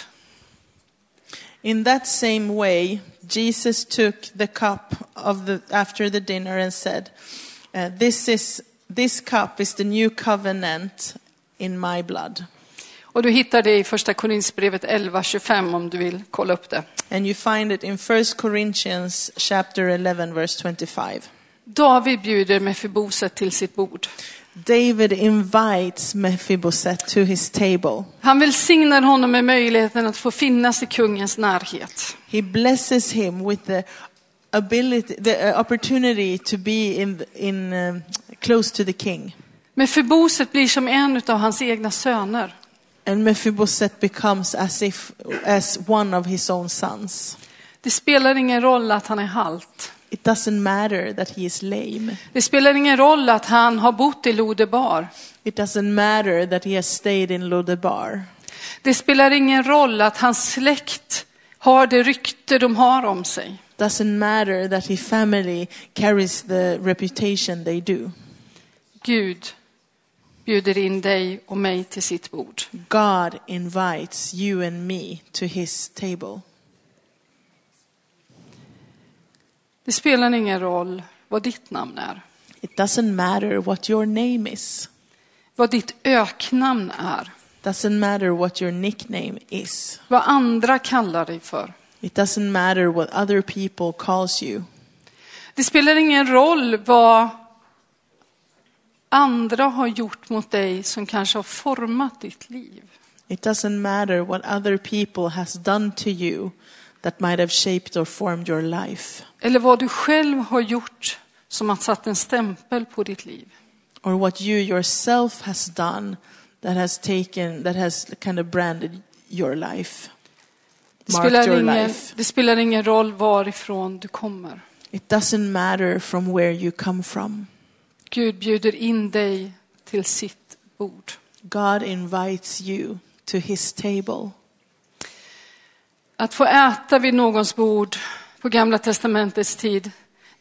[SPEAKER 2] In that same way, Jesus took the cup of the, after the dinner and said, uh, this, is, this cup is the new covenant in my blood.
[SPEAKER 1] Och du hittar det i första Korinthierbrevet 11.25 om du vill kolla upp det.
[SPEAKER 2] And you find it in 1 Corinthians chapter 11, verse 25.
[SPEAKER 1] David bjuder Mefiboset till sitt bord.
[SPEAKER 2] David invites Mephibosheth to his table.
[SPEAKER 1] Han välsignar honom med möjligheten att få finnas i kungens närhet.
[SPEAKER 2] He blesses him with the ability, the uh, opportunity to be in, in, um, close to the king.
[SPEAKER 1] Men Fiboset blir som en av hans egna söner.
[SPEAKER 2] And Mephibosheth becomes as if as one of his own sons.
[SPEAKER 1] Det spelar ingen roll att han är halt.
[SPEAKER 2] It doesn't matter that he is lame.
[SPEAKER 1] Det spelar ingen roll att han har bott i Lodebar.
[SPEAKER 2] It doesn't matter that he has stayed in Lodebar.
[SPEAKER 1] Det spelar ingen roll att hans släkt har det rykte de har om sig.
[SPEAKER 2] Doesn't matter that his family carries the reputation they do.
[SPEAKER 1] Gud bjuder in dig och mig till sitt bord.
[SPEAKER 2] God invites you and me to his table.
[SPEAKER 1] Det spelar ingen roll vad ditt namn är,
[SPEAKER 2] It doesn't matter what your name is.
[SPEAKER 1] vad ditt öknamn är,
[SPEAKER 2] Doesn't matter what your nickname is.
[SPEAKER 1] vad andra kallar dig för.
[SPEAKER 2] It doesn't matter what other people calls you.
[SPEAKER 1] Det spelar ingen roll vad andra har gjort mot dig som kanske har format ditt liv.
[SPEAKER 2] It doesn't matter what other people has done to you that might have shaped or formed your life
[SPEAKER 1] Eller vad du själv har gjort som har satt en stämpel på ditt liv.
[SPEAKER 2] or what you yourself has done that has taken that has kind of branded your life.
[SPEAKER 1] Det
[SPEAKER 2] Marked
[SPEAKER 1] spelar
[SPEAKER 2] your
[SPEAKER 1] ingen,
[SPEAKER 2] life.
[SPEAKER 1] det spelar ingen roll varifrån du kommer.
[SPEAKER 2] It doesn't matter from where you come from.
[SPEAKER 1] Gud bjuder in dig till sitt bord.
[SPEAKER 2] God invites you to his table.
[SPEAKER 1] Att få äta vid någons bord på Gamla testamentets tid,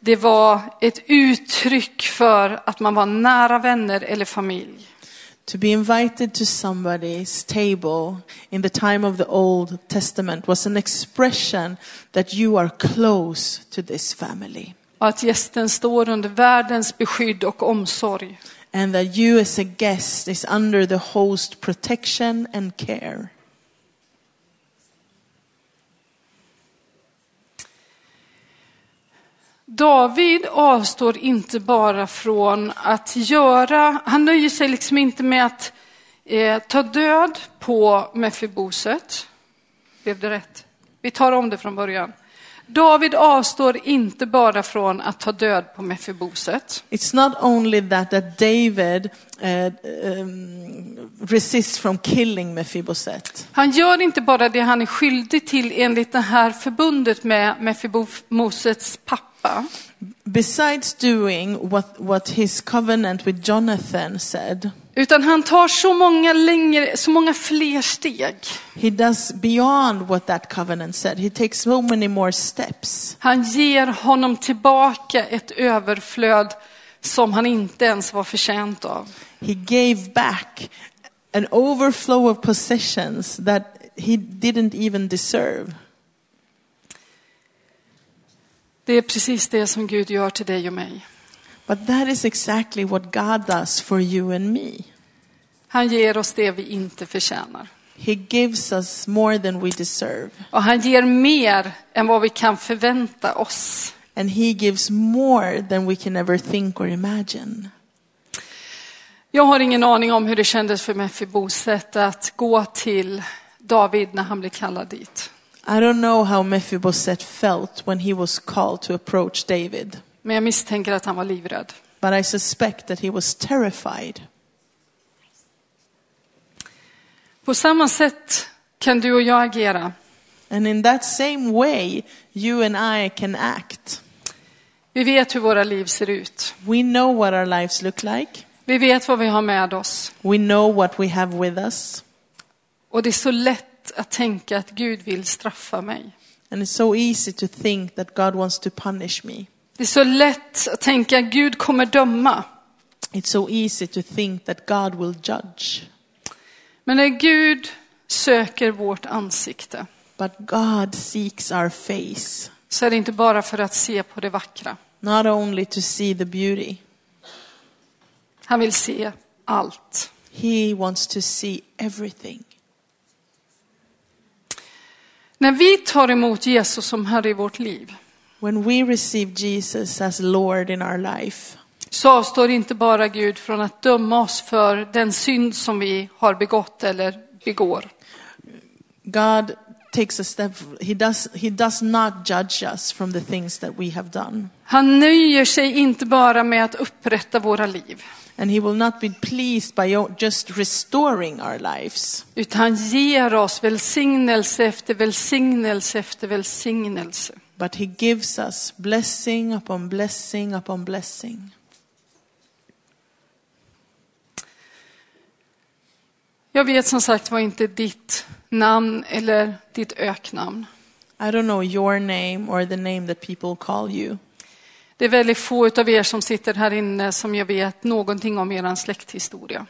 [SPEAKER 1] det var ett uttryck för att man var nära vänner eller familj.
[SPEAKER 2] To be invited to somebody's table in the time of the Old Testament was an expression that you are close to this family
[SPEAKER 1] Och att gästen står under världens beskydd och omsorg.
[SPEAKER 2] and that you as a guest is under the host protection and care.
[SPEAKER 1] David avstår inte bara från att göra, han nöjer sig liksom inte med att eh, ta död på Mefiboset. Blev det rätt? Vi tar om det från början. David avstår inte bara från att ta död på Mefiboset.
[SPEAKER 2] It's not only that that David uh, um, resists from killing Mephibosheth.
[SPEAKER 1] Han gör inte bara det han är skyldig till enligt det här förbundet med Mefibosets pappa. pappa.
[SPEAKER 2] Besides doing what, what his covenant with Jonathan said,
[SPEAKER 1] Utan han tar så många, längre, så många fler steg.
[SPEAKER 2] he does beyond what that covenant said. He takes so many more steps.
[SPEAKER 1] Han ger honom tillbaka ett överflöd som han inte ens var förtjänt av.
[SPEAKER 2] He gave back an overflow of possessions that he didn't even deserve.
[SPEAKER 1] Det är precis det som Gud gör till dig och mig.
[SPEAKER 2] But that is exactly what God does for you and me.
[SPEAKER 1] Han ger oss det vi inte förtjänar.
[SPEAKER 2] He gives us more than we deserve,
[SPEAKER 1] Och han ger mer än vad vi kan förvänta oss.
[SPEAKER 2] and He gives more than we can ever think or imagine.
[SPEAKER 1] Jag har ingen aning om hur det kändes för Mefiboset att gå till David när han blev kallad dit.
[SPEAKER 2] I don't know how Mephibosheth felt when he was called to approach David,
[SPEAKER 1] Men jag misstänker att han var livrädd.
[SPEAKER 2] but I suspect that he was terrified.
[SPEAKER 1] På samma sätt kan du och jag agera.
[SPEAKER 2] And in that same way, you and I can act.
[SPEAKER 1] Vi vet hur våra liv ser ut.
[SPEAKER 2] We know what our lives look like.
[SPEAKER 1] Vi vet vad vi har med oss.
[SPEAKER 2] We know what we have with us.
[SPEAKER 1] Och det är så lätt att tänka att Gud vill straffa mig.
[SPEAKER 2] And it's so easy to think that God wants to punish me.
[SPEAKER 1] Det är så lätt att tänka att Gud kommer döma.
[SPEAKER 2] It's so easy to think that God will judge.
[SPEAKER 1] Men när Gud söker vårt ansikte
[SPEAKER 2] But God seeks our face,
[SPEAKER 1] så är det inte bara för att se på det vackra.
[SPEAKER 2] not only to see the beauty,
[SPEAKER 1] Han vill se allt.
[SPEAKER 2] He wants to see everything.
[SPEAKER 1] När vi tar emot Jesus som Herre i vårt liv
[SPEAKER 2] When we receive Jesus as Lord in our life,
[SPEAKER 1] så avstår inte bara Gud från att döma oss för den synd som vi har begått eller begår.
[SPEAKER 2] God takes a step, He does, he does not judge us from the things that we have done.
[SPEAKER 1] Han nöjer sig inte bara med att upprätta våra liv,
[SPEAKER 2] And He will not be pleased by your- just restoring our lives,
[SPEAKER 1] utan han ger oss välsignelse efter välsignelse efter välsignelse.
[SPEAKER 2] but He gives us blessing upon blessing upon blessing.
[SPEAKER 1] Jag vet som sagt var inte ditt namn eller ditt öknamn.
[SPEAKER 2] I don't know your name or the name that people call you.
[SPEAKER 1] Det är väldigt få av er som sitter här inne som jag vet någonting om er släkthistoria.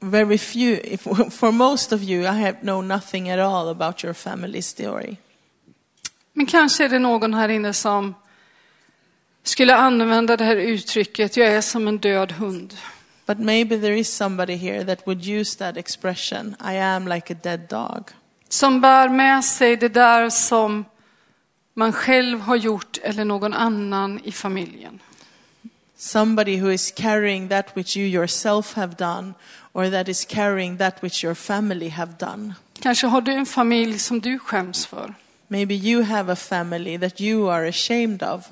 [SPEAKER 2] Very few, if, for most of you, I have know nothing at all about your family story.
[SPEAKER 1] Men kanske är det någon här inne som skulle använda det här uttrycket, jag är som en död hund.
[SPEAKER 2] But maybe there is somebody here that would use that expression, I am like a dead dog,
[SPEAKER 1] Som bär med sig det där som man själv har gjort eller någon annan i familjen.
[SPEAKER 2] somebody who is carrying that which you yourself have done, or that is carrying that which your family have done.
[SPEAKER 1] Kanske har du en familj som du skäms för.
[SPEAKER 2] Maybe you have a family that you are ashamed of.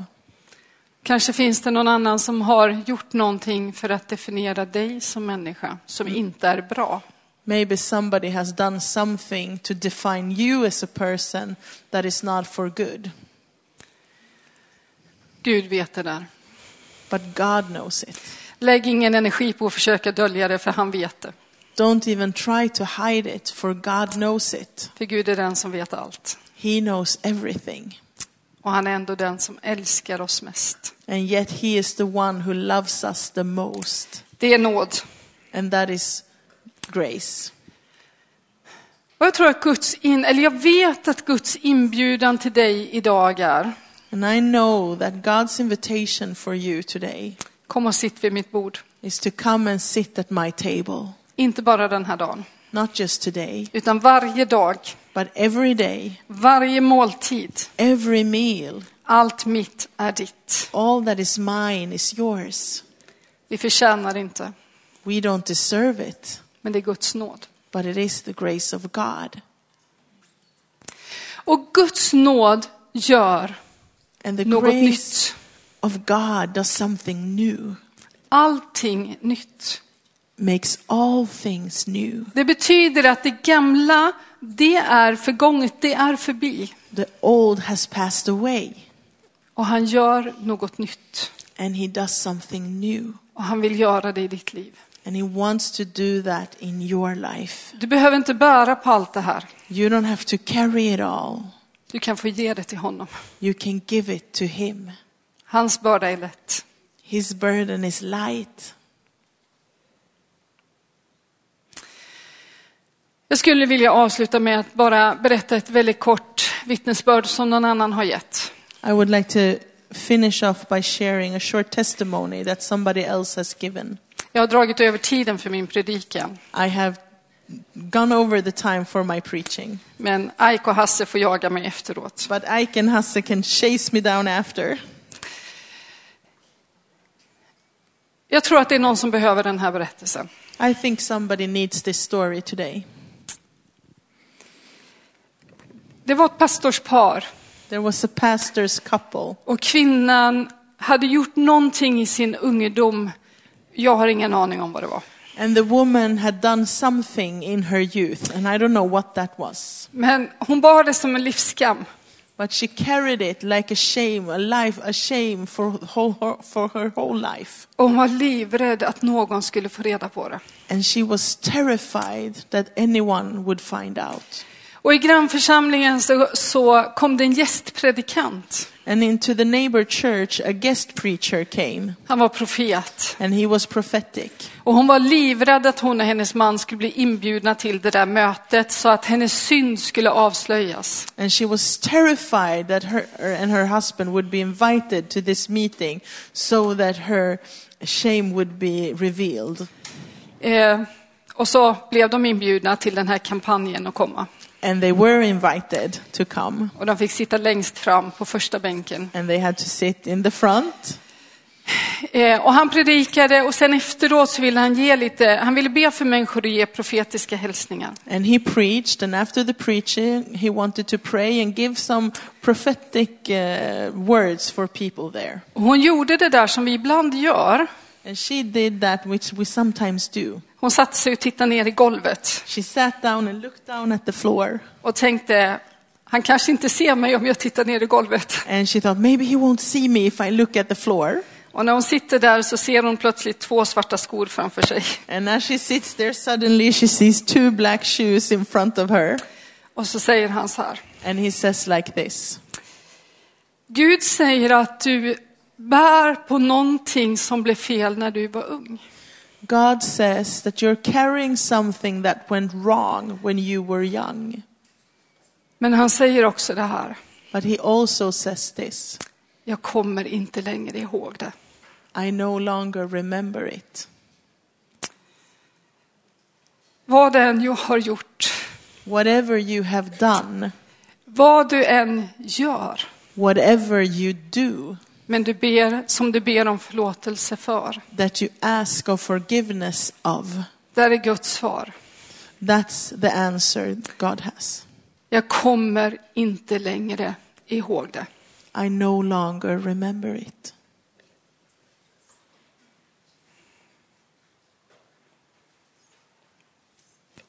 [SPEAKER 1] Kanske finns det någon annan som har gjort någonting för att definiera dig som människa som inte är bra.
[SPEAKER 2] Maybe somebody has done something to define you as a person that is not for good.
[SPEAKER 1] Gud vet det där.
[SPEAKER 2] But God knows it.
[SPEAKER 1] Lägg ingen energi på att försöka dölja det, för han vet det.
[SPEAKER 2] Don't even try to hide it, for God knows it.
[SPEAKER 1] För Gud är den som vet allt.
[SPEAKER 2] He knows everything.
[SPEAKER 1] Och han är ändå den som älskar oss mest.
[SPEAKER 2] And yet He is the one who loves us the most.
[SPEAKER 1] Det är nåd.
[SPEAKER 2] And that is grace.
[SPEAKER 1] Och jag tror att Guds in, eller jag vet att Guds inbjudan till dig idag är,
[SPEAKER 2] And I know that God's invitation for you today
[SPEAKER 1] kom och sitt vid mitt bord.
[SPEAKER 2] is to come and sit at my table.
[SPEAKER 1] Inte bara den här dagen,
[SPEAKER 2] Not just today,
[SPEAKER 1] utan varje dag,
[SPEAKER 2] but every day,
[SPEAKER 1] varje måltid.
[SPEAKER 2] every meal.
[SPEAKER 1] Allt mitt är ditt.
[SPEAKER 2] All that is mine is yours.
[SPEAKER 1] Vi förtjänar inte,
[SPEAKER 2] We don't deserve it,
[SPEAKER 1] men det är Guds nåd.
[SPEAKER 2] but it is the grace of God.
[SPEAKER 1] Och Guds nåd gör
[SPEAKER 2] And the
[SPEAKER 1] något
[SPEAKER 2] grace
[SPEAKER 1] nytt.
[SPEAKER 2] of God does something new,
[SPEAKER 1] Allting nytt.
[SPEAKER 2] makes all things new.
[SPEAKER 1] Det betyder att det gamla, det är förgånget, det är förbi.
[SPEAKER 2] The old has passed away,
[SPEAKER 1] Och han gör något nytt.
[SPEAKER 2] and he does something new.
[SPEAKER 1] Och han vill göra det i ditt liv.
[SPEAKER 2] And he wants to do that in your life.
[SPEAKER 1] Du behöver inte bära på allt det här.
[SPEAKER 2] You don't have to carry it all.
[SPEAKER 1] Du kan få ge det till honom.
[SPEAKER 2] You can give it to him.
[SPEAKER 1] Hans börda är lätt.
[SPEAKER 2] His burden is light.
[SPEAKER 1] Jag skulle vilja avsluta med att bara berätta ett väldigt kort vittnesbörd som någon annan har gett.
[SPEAKER 2] I would like to finish off by sharing a short testimony that somebody else has given.
[SPEAKER 1] Jag har dragit över tiden för min predikan,
[SPEAKER 2] I have gone over the time for my preaching,
[SPEAKER 1] men Aiko och Hasse får jaga mig efteråt.
[SPEAKER 2] but Ike and Hasse can chase me down after.
[SPEAKER 1] Jag tror att det är någon som behöver den här berättelsen.
[SPEAKER 2] I think somebody needs this story today.
[SPEAKER 1] Det var ett pastorspar
[SPEAKER 2] There was a pastor's couple,
[SPEAKER 1] och kvinnan hade gjort någonting i sin ungdom. Jag har ingen aning om vad det var.
[SPEAKER 2] and the woman had done something in her youth, and I don't know what that was.
[SPEAKER 1] Men hon bar det som en livsskam.
[SPEAKER 2] But she carried it like a shame, a life, a shame for, whole, for her whole life.
[SPEAKER 1] Och hon var livrädd att någon skulle få reda på det.
[SPEAKER 2] And she was terrified that anyone would find out.
[SPEAKER 1] Och i grannförsamlingen så, så kom det en gästpredikant.
[SPEAKER 2] And into the neighbor church, a guest preacher came,
[SPEAKER 1] Han var profet.
[SPEAKER 2] and he was prophetic.
[SPEAKER 1] Och hon var livrädd att hon och hennes man skulle bli inbjudna till det där mötet så att hennes synd skulle avslöjas.
[SPEAKER 2] And she was terrified that her and her husband would be invited to this meeting so that her shame would be revealed.
[SPEAKER 1] Eh, och så blev de inbjudna till den här kampanjen att komma.
[SPEAKER 2] And they were invited to come,
[SPEAKER 1] Och de fick sitta längst fram på första bänken.
[SPEAKER 2] and they had to sit in the front.
[SPEAKER 1] Eh, och han predikade och sen efteråt så ville han ge lite, han ville be för människor och ge profetiska hälsningar.
[SPEAKER 2] And he preached, and after the preaching, he wanted to pray and give some prophetic uh, words for people there.
[SPEAKER 1] Och hon gjorde det där som vi ibland gör.
[SPEAKER 2] And she did that which we sometimes do.
[SPEAKER 1] Hon satte sig och tittade ner i golvet
[SPEAKER 2] She sat down and looked down at the floor,
[SPEAKER 1] och tänkte, han kanske inte ser mig om jag tittar ner i golvet.
[SPEAKER 2] and she thought, maybe he won't see me if I look at the floor.
[SPEAKER 1] Och när hon sitter där så ser hon plötsligt två svarta skor framför sig.
[SPEAKER 2] And as she sits there, suddenly she sees two black shoes in front of her.
[SPEAKER 1] Och så säger han så här.
[SPEAKER 2] And he says like this
[SPEAKER 1] Gud säger att du bär på någonting som blev fel när du var ung.
[SPEAKER 2] God says that you're carrying something that went wrong when you were young.
[SPEAKER 1] Men han säger också det här.
[SPEAKER 2] But he also says this
[SPEAKER 1] Jag kommer inte längre ihåg det.
[SPEAKER 2] I no longer remember it.
[SPEAKER 1] Vad det än jag har gjort,
[SPEAKER 2] Whatever you have done,
[SPEAKER 1] vad du än gör,
[SPEAKER 2] whatever you do,
[SPEAKER 1] men du ber som du ber om förlåtelse för.
[SPEAKER 2] that you ask of forgiveness of,
[SPEAKER 1] Där är Guds svar.
[SPEAKER 2] that's the answer God has.
[SPEAKER 1] Jag kommer inte längre ihåg det.
[SPEAKER 2] I no longer remember it.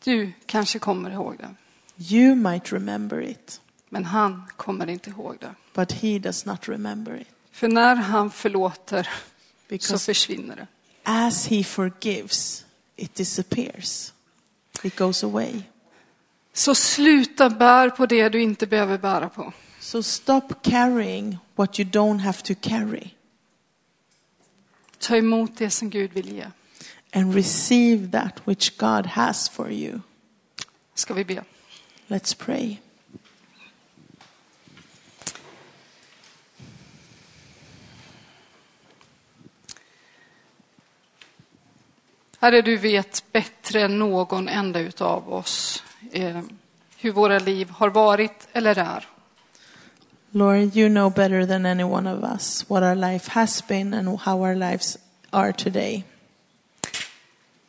[SPEAKER 1] Du kanske kommer ihåg det,
[SPEAKER 2] You might remember it,
[SPEAKER 1] men han kommer inte ihåg det.
[SPEAKER 2] but he does not remember it.
[SPEAKER 1] För när han förlåter så
[SPEAKER 2] Because
[SPEAKER 1] försvinner det.
[SPEAKER 2] as he forgives, it disappears. It goes away.
[SPEAKER 1] Så sluta bär på det du inte behöver bära på.
[SPEAKER 2] So stop carrying what you don't have to carry
[SPEAKER 1] Ta emot det som Gud vill ge.
[SPEAKER 2] and receive that which God has for you.
[SPEAKER 1] Ska vi be.
[SPEAKER 2] Let's pray.
[SPEAKER 1] Herre, du vet bättre än någon enda utav oss eh, hur våra liv har varit eller är.
[SPEAKER 2] Lord, you know better than any one of us what our life has been and how our lives are today.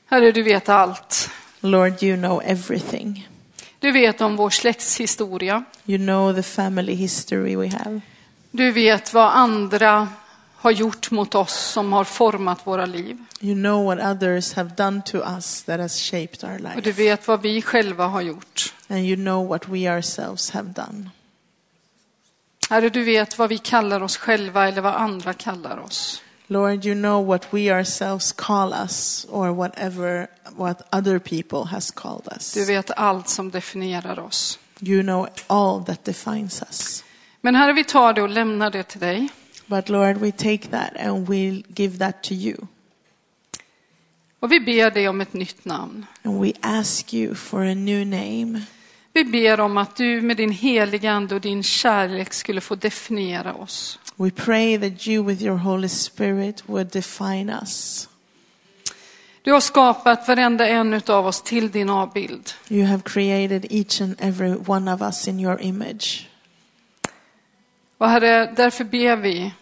[SPEAKER 1] Herre, du vet allt.
[SPEAKER 2] Lord, you know everything.
[SPEAKER 1] Du vet om vår släkts historia.
[SPEAKER 2] You know the family history we have.
[SPEAKER 1] Du vet vad andra har gjort mot oss som har format våra liv.
[SPEAKER 2] You know what others have done to us that has shaped our
[SPEAKER 1] Och du
[SPEAKER 2] life.
[SPEAKER 1] vet vad vi själva har gjort.
[SPEAKER 2] And you know what we ourselves have done.
[SPEAKER 1] Herre, du vet vad vi kallar oss själva eller vad andra kallar oss.
[SPEAKER 2] Lord, you know what we ourselves call us or whatever what other people has called us.
[SPEAKER 1] Du vet allt som definierar oss.
[SPEAKER 2] You know all that defines us.
[SPEAKER 1] Men Herre, vi tar det och lämnar det till dig.
[SPEAKER 2] But Lord, we take that and we give that to you.
[SPEAKER 1] Och vi ber dig om ett nytt namn.
[SPEAKER 2] And we ask you for a new name.
[SPEAKER 1] Vi ber om att du med din heliga Ande och din kärlek skulle få definiera oss.
[SPEAKER 2] We pray that you with your Holy Spirit would define us.
[SPEAKER 1] Du har skapat varenda en av oss till din avbild.
[SPEAKER 2] You have created each and every one of us in your image.
[SPEAKER 1] Och Herre, därför ber vi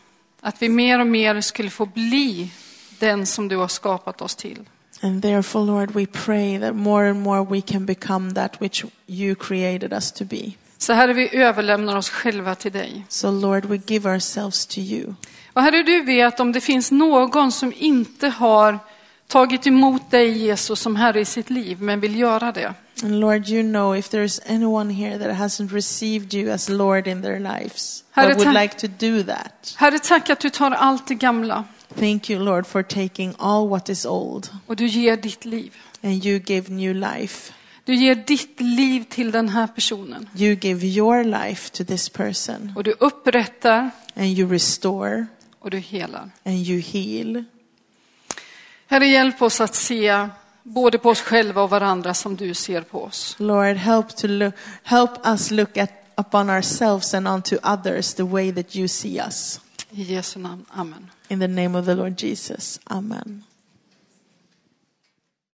[SPEAKER 1] att vi mer och mer skulle få bli den som du har skapat oss till.
[SPEAKER 2] And therefore, Lord, we pray that more and more we can become that which you created us to be.
[SPEAKER 1] Så Herre, vi överlämnar oss själva till dig.
[SPEAKER 2] So, Lord, we give ourselves to you.
[SPEAKER 1] Och Herre, du vet om det finns någon som inte har tagit emot dig Jesus som Herre i sitt liv, men vill göra det.
[SPEAKER 2] And Lord, you know if there is anyone here that hasn't received you as Lord in their lives,
[SPEAKER 1] Herre,
[SPEAKER 2] that would
[SPEAKER 1] tack.
[SPEAKER 2] like to do that.
[SPEAKER 1] Herre, tack att du tar allt det gamla
[SPEAKER 2] Thank you, Lord, for taking all what is old
[SPEAKER 1] och du ger ditt liv.
[SPEAKER 2] and you give new life.
[SPEAKER 1] Du ger ditt liv till den här personen.
[SPEAKER 2] You give your life to this person
[SPEAKER 1] Och du upprättar
[SPEAKER 2] and you restore
[SPEAKER 1] och du helar.
[SPEAKER 2] and you heal.
[SPEAKER 1] Herre, hjälp oss att se både på oss själva och varandra som du ser på oss.
[SPEAKER 2] Lord, help to look, help us look at upon ourselves and unto others the way that you see us.
[SPEAKER 1] I Jesu namn. Amen.
[SPEAKER 2] In the name of the Lord Jesus. Amen.